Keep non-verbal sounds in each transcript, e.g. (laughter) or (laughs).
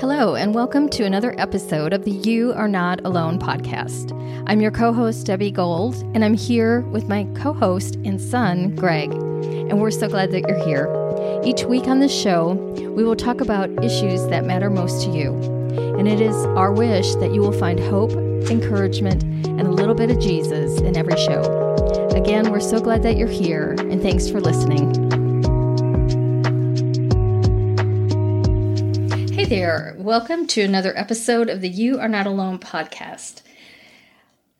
Hello, and welcome to another episode of the You Are Not Alone podcast. I'm your co host, Debbie Gold, and I'm here with my co host and son, Greg. And we're so glad that you're here. Each week on this show, we will talk about issues that matter most to you. And it is our wish that you will find hope, encouragement, and a little bit of Jesus in every show. Again, we're so glad that you're here, and thanks for listening. Hey there. Welcome to another episode of the You Are Not Alone podcast.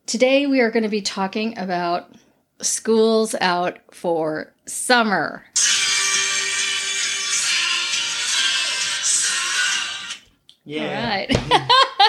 Today we are going to be talking about schools out for summer. All Yeah. right.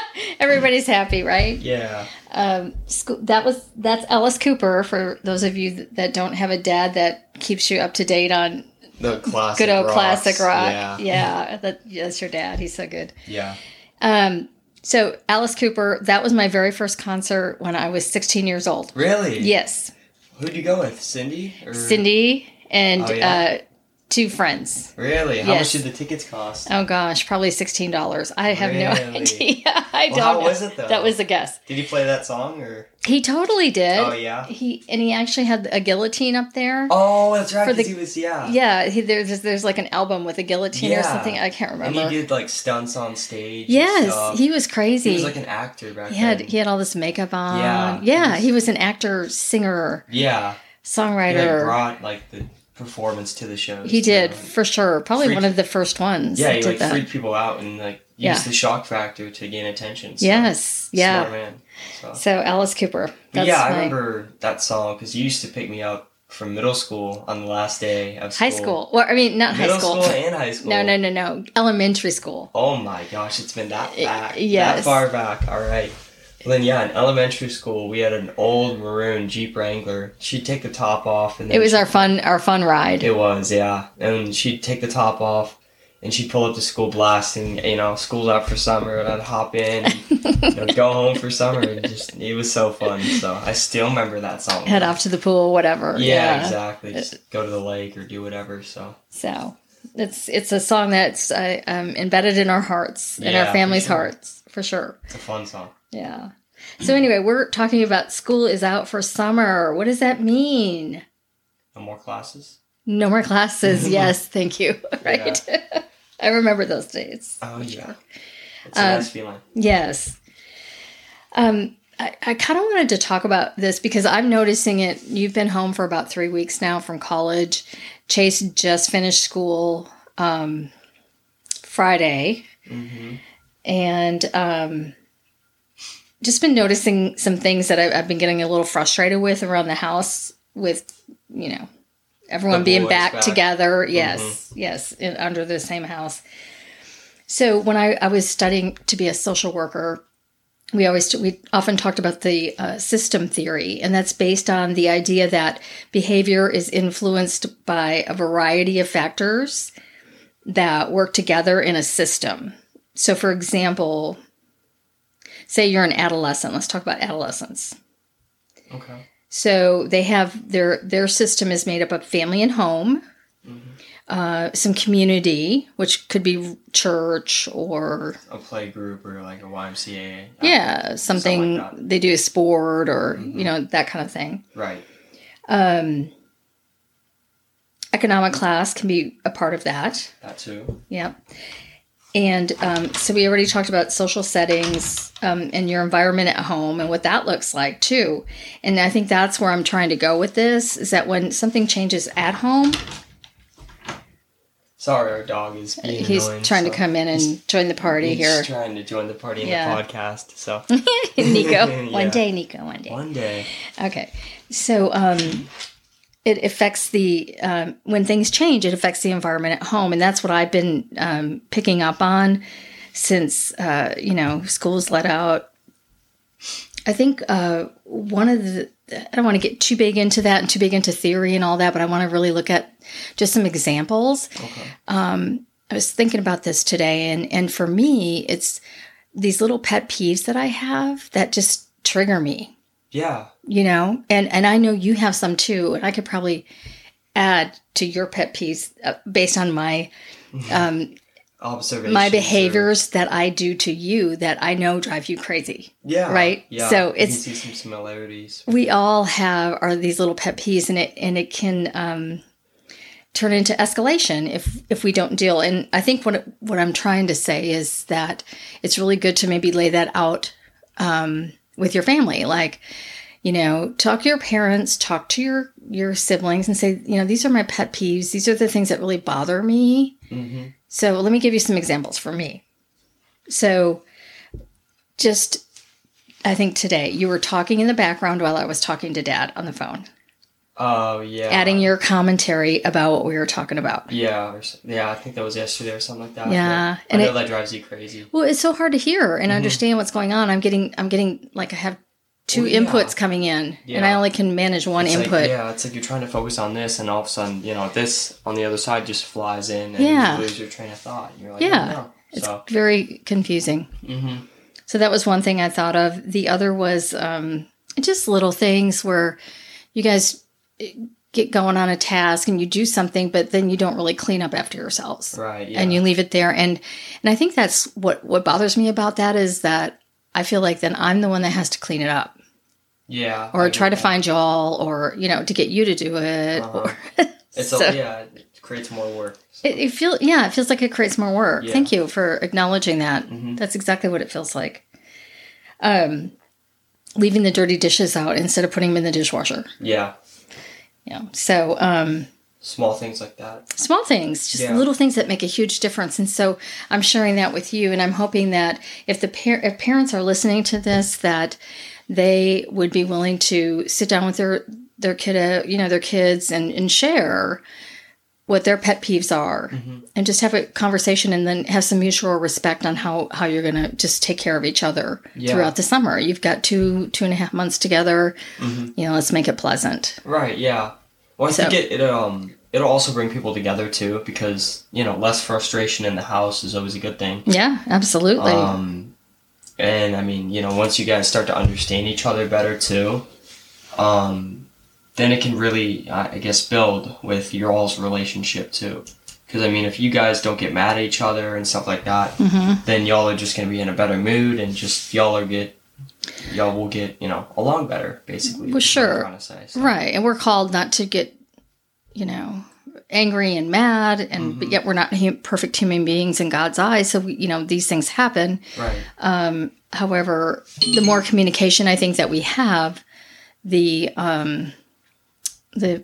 (laughs) Everybody's happy, right? Yeah. Um, school, that was that's Alice Cooper for those of you that don't have a dad that keeps you up to date on The classic. good old rocks. classic rock. Yeah. yeah that, that's your dad. He's so good. Yeah. Um, so Alice Cooper, that was my very first concert when I was 16 years old. Really? Yes, Who'd you go with? Cindy? Or... Cindy and Oh, yeah. uh, two friends. Really? How Yes. much did the tickets cost? Oh gosh, probably sixteen dollars. I have no (laughs) Really? idea. I Well, don't. how know. was it, though? That was a guess. Did you play that song or? He totally did. Oh yeah. He and he actually had a guillotine up there. Oh, that's right. For the- Because he was yeah. Yeah, he, there's there's like an album with a guillotine or Yeah. something. I can't And remember. he did like stunts on stage. and yes, stuff. he was crazy. He was like an actor back he had then. he had all this makeup on. Yeah, he yeah, was- he was an actor, singer, Yeah. He like, songwriter. brought like the performance to the shows. He too. did for sure. Probably Freak- one of the first ones. Yeah, that he did like that. freaked people out and like used Yeah. the shock factor to gain attention. So, yes, yeah. Smart man. So. So Alice Cooper. But yeah, I my- remember that song because you used to pick me up from middle school on the last day of school. high school. Well, I mean, not middle high school. school. and high (laughs) school. No, no, no, no. Elementary school. Oh my gosh, it's been that I- back, yes. that far back. All right. Well, then yeah, in elementary school we had an old maroon Jeep Wrangler. She'd take the top off, and then It was she- our fun, our fun ride. It was yeah, and she'd take the top off. And she'd pull up to school blasting, you know, school's out for summer, and I'd hop in, and, you know, go home for summer, and just it was so fun. So I still remember that (laughs) song. Head off to the pool, whatever. Yeah, Uh, exactly. Just go to the lake or do whatever. So So it's it's a song that's uh, um, embedded in our hearts, in Yeah, our for families' sure. hearts, for sure. it's a fun song. Yeah. So anyway, we're talking about school is out for summer. What does that mean? No more classes. No more (laughs) classes. yes, thank you. (laughs) Right. I remember those days. Oh yeah, it's (laughs) a Um, nice feeling. Yes. Um, I, I kind of wanted to talk about this because I'm noticing it. You've been home for about three weeks now from college. Chase just finished school um, Friday hmm and um, just been noticing some things that I've, I've been getting a little frustrated with around the house with, you know, everyone The being boys back, back. together. Yes, yes, in, under the same house. So when I, I was studying to be a social worker, we always we often talked about the uh, system theory, and that's based on the idea that behavior is influenced by a variety of factors that work together in a system. So, for example, say you're an adolescent. Let's talk about adolescents. Okay. So they have their their system is made up of family and home, Mm-hmm. uh, some community, which could be church or A play group or like a Uh, YMCA. yeah, something like that. Mm-hmm. they do a sport or you know that kind of thing. Right. Um, economic class can be a part of that. That too. Yeah. And um, so we already talked about social settings um, and your environment at home and what that looks like too. And I think that's where I'm trying to go with this is that when something changes at home, Sorry, our dog is being Uh, he's annoying, trying so to come in and join the party he's here. trying to join the party in Yeah. the podcast. (laughs) So Nico, one (laughs) Yeah. day, Nico, one day. one day. Okay. So um, it affects the, um, when things change, it affects the environment at home. And that's what I've been um, picking up on since, uh, you know, school's let out. I think uh, one of the, I don't want to get too big into that and too big into theory and all that, but I want to really look at just some examples. Um, I was thinking about this today, and and for me, it's these little pet peeves that I have that just trigger me Yeah. you know and and i know you have some too and i could probably add to your pet peeves uh, based on my um observations. my or- behaviors that I do to you that I know drive you crazy. yeah, right? Yeah, So you it's- can see some similarities. We all have are these little pet peeves, and it and it can um, turn into escalation if if we don't deal. And I think what what I'm trying to say is that it's really good to maybe lay that out um, with your family, like. You know, talk to your parents, talk to your your siblings, and say, you know, these are my pet peeves. These are the things that really bother me. hmm So let me give you some examples for me. So just I think today you were talking in the background while I was talking to dad on the phone, Oh yeah. adding your commentary about what we were talking about. Yeah, or, s- yeah. I think that was yesterday or something like that. Yeah, and and I know it- that drives you crazy. Well, it's so hard to hear Mm-hmm. and understand what's going on. I'm getting I'm getting like I have two Well, yeah. inputs coming in and I Yeah. only can manage one It's like- input. yeah, it's like you're trying to focus on this, and all of a sudden, you know, this on the other side just flies in, and Yeah. you lose your train of thought. You're like, Yeah. oh, no. It's So, very confusing. hmm So that was one thing I thought of. The other was um, just little things where you guys get going on a task and you do something, but then you don't really clean up after yourselves right. Yeah. and you leave it there. And and I think that's what what bothers me about that is that I feel like then I'm the one that has to clean it up yeah. or I try to get that. find y'all or you know to get you to do it. Uh-huh. Or (laughs) It's so- a, yeah, it creates more work. So, it, it feel yeah, it feels like it creates more work. Yeah. Thank you for acknowledging that. Mhm. That's exactly what it feels like. Um, leaving the dirty dishes out instead of putting them in the dishwasher. yeah, You know, so um, small things like that. small things, just Yeah. little things that make a huge difference. And so I'm sharing that with you, and I'm hoping that if the par- if parents are listening to this, that they would be willing to sit down with their their kiddo, you know, their kids, and and share what their pet peeves are, Mm-hmm. and just have a conversation, and then have some mutual respect on how how you're going to just take care of each other Yeah. throughout the summer. You've got two two and a half months together. Mm-hmm. You know, let's make it pleasant. Right. Yeah. Well, I So- think it, it um it'll also bring people together too because you know less frustration in the house is always a good thing. Yeah, absolutely. Um, and I mean, you know, once you guys start to understand each other better too, um, then it can really, I I guess, build with your all's relationship too. Because I mean, if you guys don't get mad at each other and stuff like that, Mm-hmm. then y'all are just gonna be in a better mood and just y'all are get, y'all will get, you know, along better basically. Well, is what I'm sure. trying to say, so. Right. And we're called not to get, you know, angry and mad. And but yet we're not hum- perfect human beings in God's eyes. So, we, you know, these things happen. Right. However, the more communication I think that we have, the, um, the,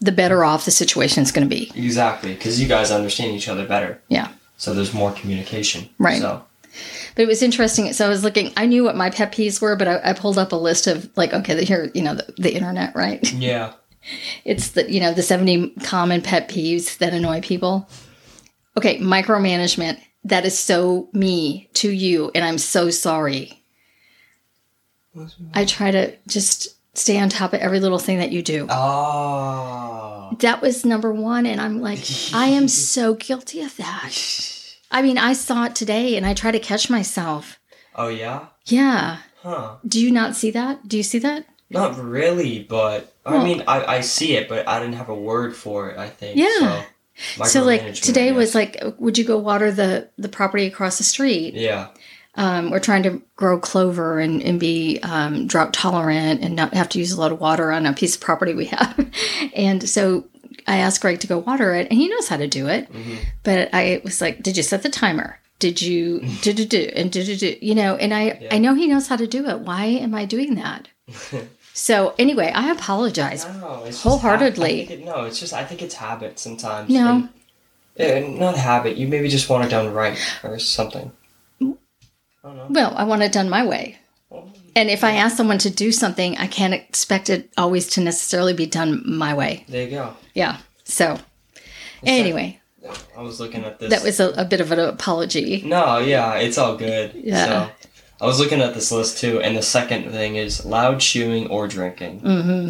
the better off the situation is going to be. Exactly. Because you guys understand each other better, Yeah. so there's more communication. Right. So But it was interesting. So I was looking, I knew what my pet peeves were, but I, I pulled up a list of like, okay, here, you know, the, the internet, right? yeah. It's the you know the seventy common pet peeves that annoy people. Okay, micromanagement. That is so me to you, and I'm so sorry. I try to just stay on top of every little thing that you do. Oh. That was number one, and I'm like, I am so guilty of that. I mean, I saw it today, and I try to catch myself. Oh yeah? Yeah. Huh. Do you not see that? Do you see that? Not really, but Well- I mean I, I see it, but I didn't have a word for it, I think. Yeah. So, So like micromanagement, today I was guess. like, would you go water the the property across the street? Yeah. um, we're trying to grow clover and, and be um, drought tolerant and not have to use a lot of water on a piece of property we have. (laughs) and so I asked Greg to go water it, and he knows how to do it. But I was like, "Did you set the timer? Did you do do do and do do do? You know?" And I I know he knows how to do it. Why am I doing that? so anyway, I apologize. No, it's just hab- Wholeheartedly. I think it- no, it's just I think it's habit sometimes. No. and- and not habit. You maybe just want it done right or something. I don't know. Well, I want it done my way. Well, And if I ask someone to do something, I can't expect it always to necessarily be done my way. There you go. Yeah. So anyway, I was looking at this. that was a, a bit of an apology. No, yeah, it's all good. Yeah. So, I was looking at this list too, and the second thing is loud chewing or drinking. Mm-hmm.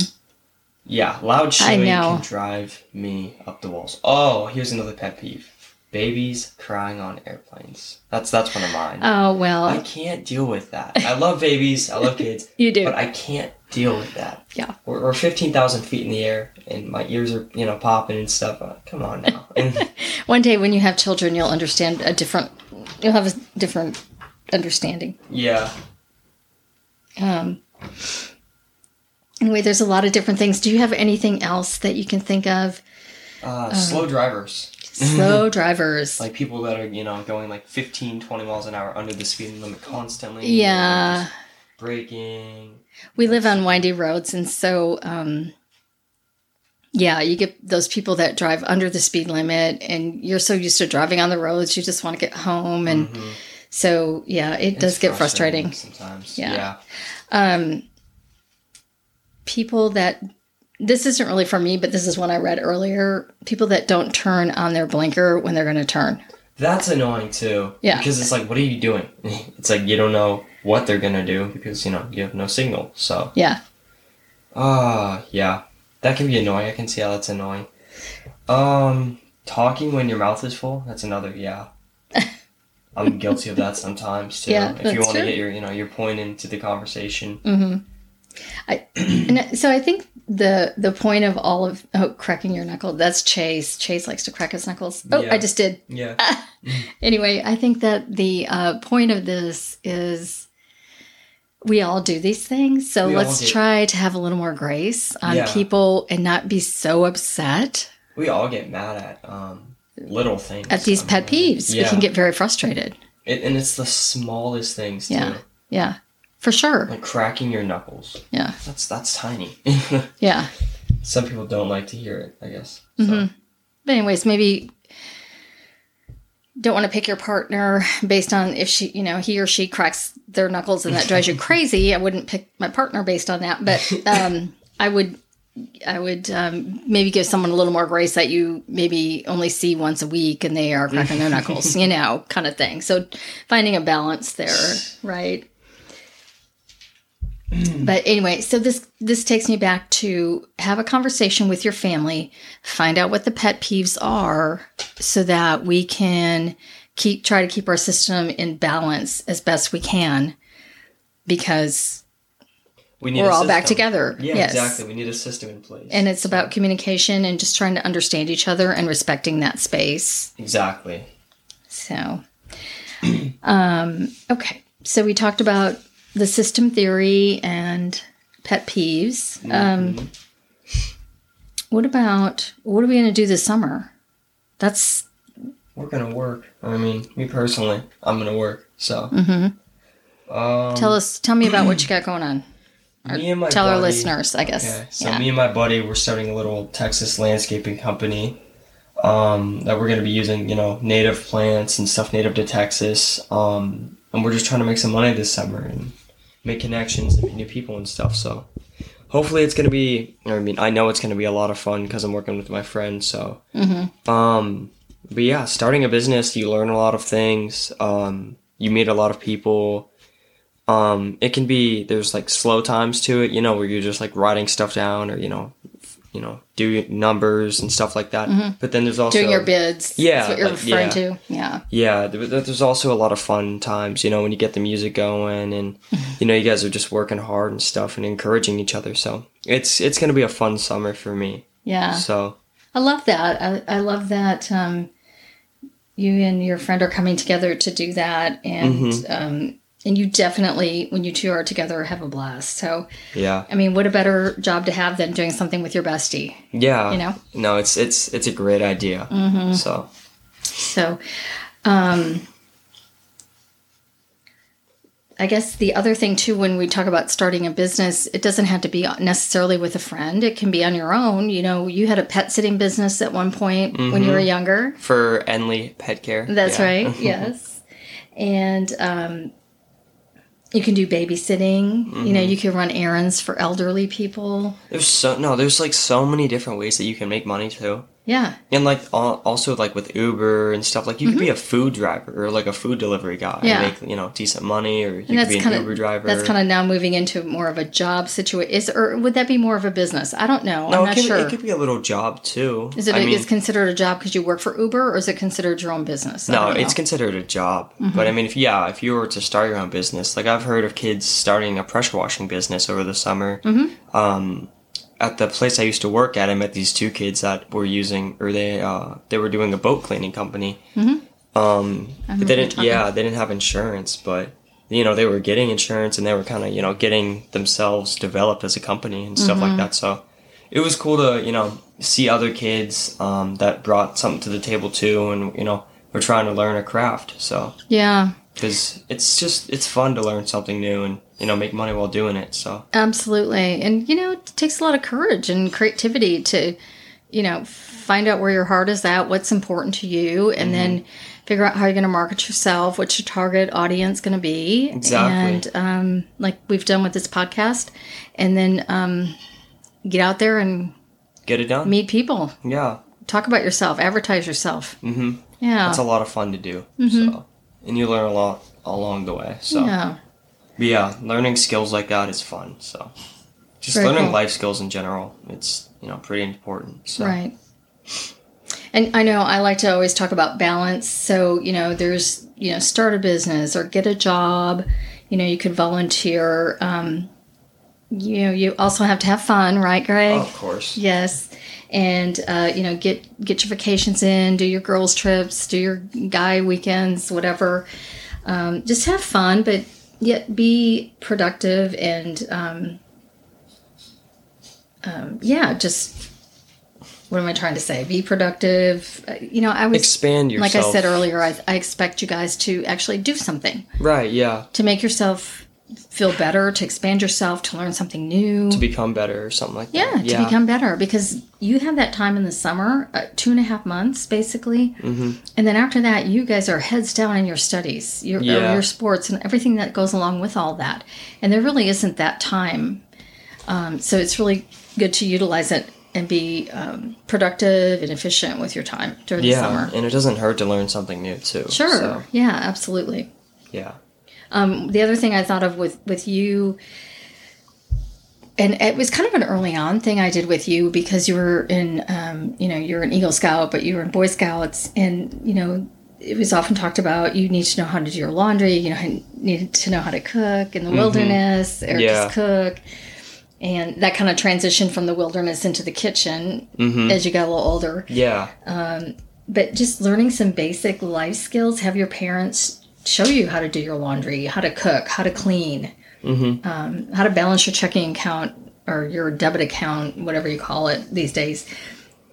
Yeah, loud I chewing know. can drive me up the walls. Oh, here's another pet peeve: babies crying on airplanes. That's that's one of mine. Oh I well, can't deal with that. I love babies. I love kids. (laughs) You do. but I can't deal with that. Yeah. We're, we're 15,000 feet in the air and my ears are, you know, popping and stuff. Uh, come on now. And (laughs) One day when you have children, you'll understand a different. You'll have a different understanding. yeah, Um, anyway, there's a lot of different things. Do you have anything else that you can think (laughs) of? uh, slow drivers. Slow drivers. Like people that are, you know, going like 15, 20 miles an hour under the speed limit constantly. you know, yeah, just Braking. we live on windy roads, and so um, yeah, you get those people that drive under the speed limit, and you're so used to driving on the roads, you just want to get home, and Mhm. so yeah, it does It's get frustrating. sometimes. Yeah. Yeah. um, people that this isn't really for me, but this is one I read earlier. People that don't turn on their blinker when they're going to turn. That's annoying too. Yeah. Because it's like, what are you doing? (laughs) It's like you don't know what they're gonna do because you know you have no signal. So Yeah, ah, yeah, that can be annoying. I can see how that's annoying. Um, talking when your mouth is full. That's another (laughs) yeah. I'm guilty of that sometimes too. Yeah, if you that's want to true. get your you know your point into the conversation. hmm I and so I think the the point of all of oh cracking your knuckle that's Chase. Chase likes to crack his knuckles. Oh, Yeah. I just did. Yeah. Anyway, I think that the uh, point of this is we all do these things, so We all let's do. try to have a little more grace on Yeah. people and not be so upset We all get mad at um little things. at these I pet mean, peeves. We Yeah. can get very frustrated. It, and it's the smallest things too. Yeah. Yeah, for sure. Like cracking your knuckles. Yeah, That's that's tiny. (laughs) yeah. Some people don't like to hear it, I guess. So. Mhm. But anyways, maybe don't want to pick your partner based on if she, you know, he or she cracks their knuckles and that drives you crazy. I wouldn't pick my partner based on that, but um, I would, I would um, maybe give someone a little more grace that you maybe only see once a week and they are cracking their knuckles, you know, kind of thing. So finding a balance there, right? but anyway, so this this takes me back to have a conversation with your family, find out what the pet peeves are so that we can keep try to keep our system in balance as best we can because We need we're a all back system. together. Yeah, exactly. We need a system in place. And it's about communication and just trying to understand each other and respecting that space. exactly. So, um, okay. So we talked about the system theory and pet peeves. Mm-hmm. Um, what about what are we going to do this summer? That's We're gonna work. I mean, me personally, I'm gonna work. So. Um, Mm-hmm. tell us. Tell me about what you got going (clears throat) on. me and my tell our buddy- listeners, I guess. Okay, so yeah. me and my buddy, we're starting a little Texas landscaping company um, that we're going to be using, you know, native plants and stuff native to Texas. Um, and we're just trying to make some money this summer and make connections and meet new people and stuff. So hopefully it's going to be, I mean, I know it's going to be a lot of fun because I'm working with my friends. So, um, but yeah, starting a business, you learn a lot of things. Um, you meet a lot of people um it can be there's like slow times to it you know where you're just like writing stuff down or you know f- you know do your numbers and stuff like that but then there's also Mm-hmm. Doing your bids. Yeah, That's what you're like, referring yeah. to. Yeah. yeah th- th- there's also a lot of fun times you know when you get the music going and Mm-hmm. you know you guys are just working hard and stuff and encouraging each other so it's it's gonna be a fun summer for me Yeah. so I love that. I, I love that um, you and your friend are coming together to do that, and um, and you definitely, when you two are together, have a blast. So, yeah I mean, what a better job to have than doing something with your bestie, yeah you know? Mm-hmm. no it's it's it's a great idea so So, um, I guess the other thing too, when we talk about starting a business, it doesn't have to be necessarily with a friend. It can be on your own. You know, you had a pet sitting business at one point when you were younger. for enley pet care That's yeah. (laughs) right. Yes. And um, you can do babysitting. You know, Mm-hmm. you can run errands for elderly people. There's so no, there's like so many different ways that you can make money too. Yeah. And like al- also like with Uber and stuff, like you could be a food driver or like a food delivery guy Mm-hmm. Yeah. and make you know decent money, or you And could that's be an kind Uber of driver. that's kind of now moving into more of a job situation. Is or would that be more of a business? I don't know. I'm it not could, sure. It could be a little job too. Is it I is mean, considered a job because you work for Uber, or is it considered your own business? I no, don't know. Mm-hmm. it's considered a job. But I mean, if yeah, if you were to start your own business, like I've heard of kids starting a pressure washing business over the summer. Mm-hmm. Um, at the place I used to work at, I met these two kids that were using, or they uh, they were doing a boat cleaning company. Um, but Mm-hmm. remember they you didn't. talking. Yeah, they didn't have insurance, but you know they were getting insurance, and they were kind of you know getting themselves developed as a company and stuff Mm-hmm. like that. So it was cool to you know see other kids um, that brought something to the table too, and you know we're trying to learn a craft. So yeah, because it's just it's fun to learn something new and you know make money while doing it. So absolutely. And you know, it takes a lot of courage and creativity to, you know, find out where your heart is at, what's important to you, Mm-hmm. and then figure out how you're going to market yourself, what's your target audience going to be, Exactly. and um, like we've done with this podcast, and then um, get out there and get it done. meet people, Yeah, talk about yourself, advertise yourself. Mm-hmm. Yeah. that's a lot of fun to do. So and you learn a lot along the way. So. Mm-hmm. yeah. But yeah, learning skills like that is fun. So, just Very learning cool. life skills in general, it's you know pretty important. So. Right. And I know I like to always talk about balance. So, you know, there's, you know, start a business or get a job. You know, you could volunteer. Um, you know, you also have to have fun, right, Greg? Of course. Yes. And, uh, you know, get, get your vacations in, do your girls' trips, do your guy weekends, whatever. Um, just have fun, but yet be productive and, um, um, yeah, just what am I trying to say? Be productive. Uh, You know, I was Expand yourself. like I said earlier. I, I expect you guys to actually do something Right. Yeah. to make yourself feel better, to expand yourself, to learn something new. To become better or something like yeah, that. to become better because you have that time in the summer, uh, two and a half months basically, mm-hmm. and then after that, you guys are heads down in your studies, your or Yeah. your sports, and everything that goes along with all that. And there really isn't that time, um, so it's really good to utilize it and be um, productive and efficient with your time during Yeah, the summer. and it doesn't hurt to learn something new too. Sure. so, Yeah, absolutely. yeah. Um, the other thing I thought of with with you, and it was kind of an early on thing I did with you because you were in, um, you know, you're an Eagle Scout, but you were in Boy Scouts, and you know, it was often talked about. You need to know how to do your laundry. You know, you need to know how to cook in the wilderness or Yeah. just cook. And that kind of transition from the wilderness into the kitchen as you got a little older Yeah. but just learning some basic life skills have your parents show you how to do your laundry how to cook how to clean Mm-hmm. um, how to balance your checking account or your debit account whatever you call it these days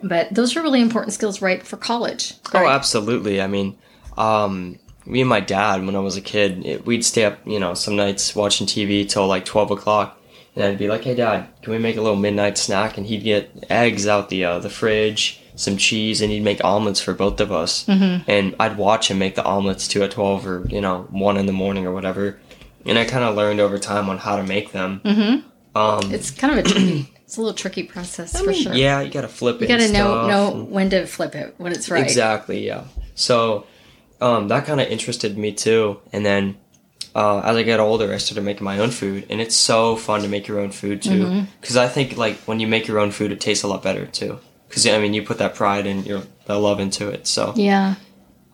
but those are really important skills right for college Oh, right? absolutely. I mean, um, me and my dad, when I was a kid, it, we'd stay up, you know, some nights watching TV till like 12 o'clock. And I'd be like, hey, dad, can we make a little midnight snack? And he'd get eggs out the, uh, the fridge, some cheese, and he'd make omelets for both of us. Mm-hmm. And I'd watch him make the omelets two at 12 or, you know, one in the morning or whatever. And I kind of learned over time on how to make them. Mm-hmm. Um, it's kind of a tricky, (clears throat) it's a little tricky process for sure yeah, you gotta flip it. you gotta and know stuff know when to flip it when it's right Exactly, yeah. So um, that kind of interested me too. And then uh, as I got older, I started making my own food, and it's so fun to make your own food Mm-hmm. too. Because I think like when you make your own food, it tastes a lot better too. Because I mean, you put that pride and your the love into it. So yeah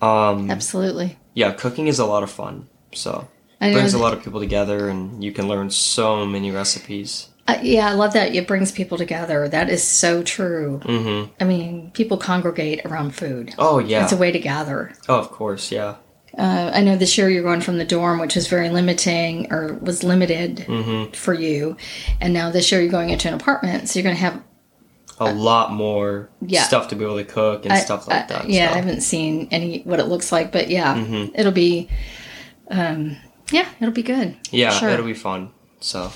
um, absolutely yeah, cooking is a lot of fun. So I it know brings a that- lot of people together, and you can learn so many recipes. Uh, yeah, I love that. It brings people together. That is so true. Mm-hmm. I mean, people congregate around food. Oh yeah, It's a way to gather. oh of course, yeah. Uh, I know this year you're going from the dorm, which was very limiting or was limited Mm-hmm. for you. And now this year you're going into an apartment. So you're going to have. A lot more yeah. stuff to be able to cook and stuff like that. yeah, so. Mm-hmm. I haven't seen any what it looks like, but yeah, it'll be. Um, yeah, it'll be good. for Yeah, sure. it'll be fun. So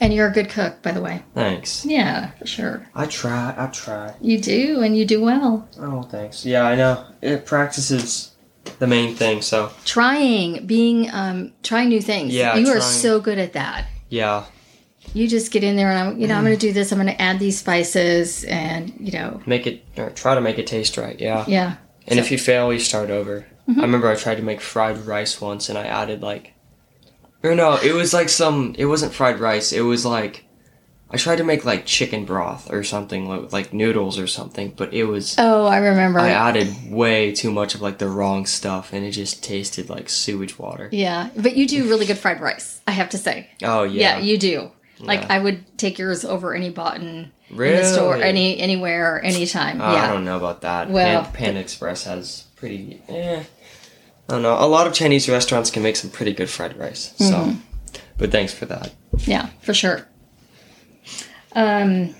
and you're a good cook, by the way. thanks. Yeah, for sure. I try. I try. You do, and you do well. Oh, thanks. Yeah, I know. It practices the main thing. So Trying, being, um, trying new things. Yeah, you are trying. so good at that. yeah, you just get in there and I'm, you know, I'm Mm-hmm. going to do this. I'm going to add these spices and, you know, Make it or try to make it taste right. Yeah. yeah. Mm-hmm. And if you fail, you start over. I remember I tried to make fried rice once, and I added like, or no, it was like some. It wasn't fried rice. It was like, I tried to make like chicken broth or something like, like noodles or something, but it was Oh, I remember. I added way too much of like the wrong stuff, and it just tasted like sewage water. yeah. But you do really good fried rice, I have to say. Oh Yeah, yeah, you do. Like Yeah. I would take yours over any button really. in the store, any anywhere, anytime. Uh, I yeah. don't know about that. Well- Pan, Panda Express has pretty. Eh, I don't know. A lot of Chinese restaurants can make some pretty good fried rice. So, Mm-hmm. but thanks for that. Yeah, for sure. Um,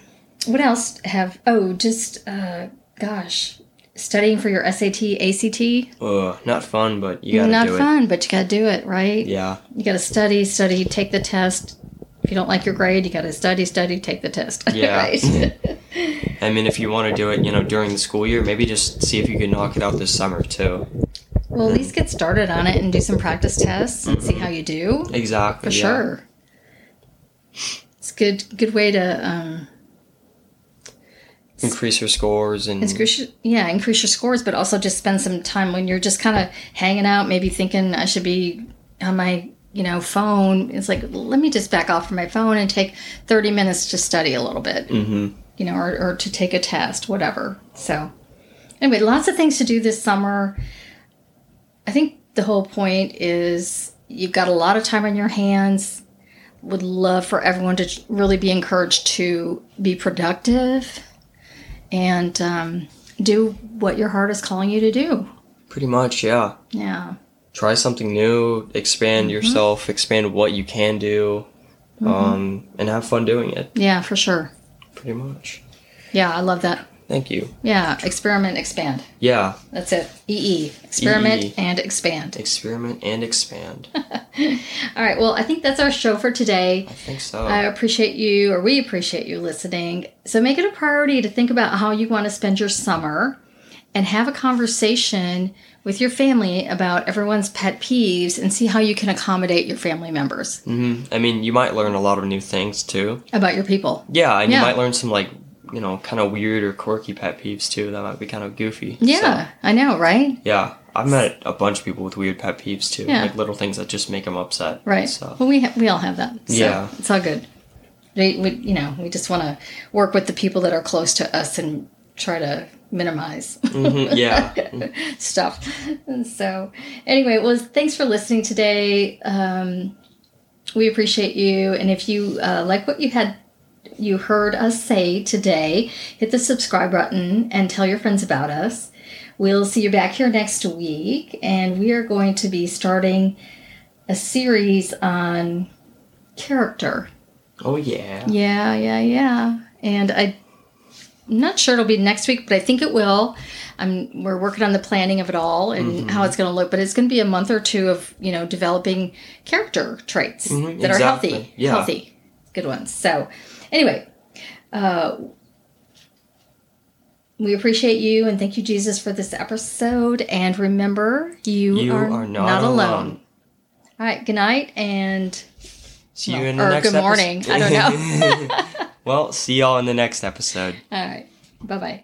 what else have? Oh, just uh, gosh, studying for your SAT, ACT. Ugh, not fun, but you gotta Not do fun, but you gotta do it, right? it. Yeah, You gotta study, study, take the test. If you don't like your grade, you gotta study, study, take the test. (laughs) Yeah. (laughs) right? I mean, if you want to do it, you know, during the school year, maybe just see if you can knock it out this summer too. well, at least get started on it and do some practice tests and see how you do. Exactly. For yeah. sure. It's good. Good way to um, Increase your scores and increase yeah increase your scores but also just spend some time when you're just kind of hanging out maybe thinking i should be on my you know phone it's like let me just back off from my phone and take 30 minutes to study a little bit Mhm. you know or, or to take a test whatever so anyway lots of things to do this summer i think the whole point is you've got a lot of time on your hands would love for everyone to really be encouraged to be productive and um, do what your heart is calling you to do. pretty much, yeah. Yeah. Try something new, expand Mm-hmm. yourself, expand what you can do, um, and have fun doing it. Yeah, for sure. Pretty much. Yeah, I love that. Thank you. Yeah, experiment, expand. Yeah, That's it. EE, experiment EE. and expand. experiment and (laughs) expand. All right, well, I think that's our show for today. I think so. I appreciate you, or we appreciate you listening. So make it a priority to think about how you want to spend your summer and have a conversation with your family about everyone's pet peeves and see how you can accommodate your family members hmm I mean, you might learn a lot of new things too. about your people. Yeah, and Yeah. you might learn some like you know kind of weird or quirky pet peeves too. That might be kind of goofy. so- Yeah, I know, right? Yeah, I've met a bunch of people with weird pet peeves too, Yeah. like little things that just make them upset. Right. So Well, we ha- we all have that. So Yeah. It's all good. They, we, you know, we just want to work with the people that are close to us and try to minimize (laughs) Mhm, yeah, stuff. And so, anyway, well, thanks for listening today. Um, we appreciate you, and if you uh, like what you had. You heard us say today, hit the subscribe button and tell your friends about us. We'll see you back here next week, and we are going to be starting a series on character. oh yeah, Yeah, yeah, yeah. And I, I'm not sure it'll be next week, but I think it will. I'm we're working on the planning of it all and Mm-hmm. how it's going to look, but it's going to be a month or two of you know developing character traits Mhm, that are healthy, exactly. Yeah. healthy, good ones. So, anyway, uh, we appreciate you and thank you, Jesus, for this episode. And remember, you, You are, not, alone. alone. All right, good night and See Well, you in the or next good (laughs) morning. I don't know. well, see y'all in the next episode. all right, bye bye.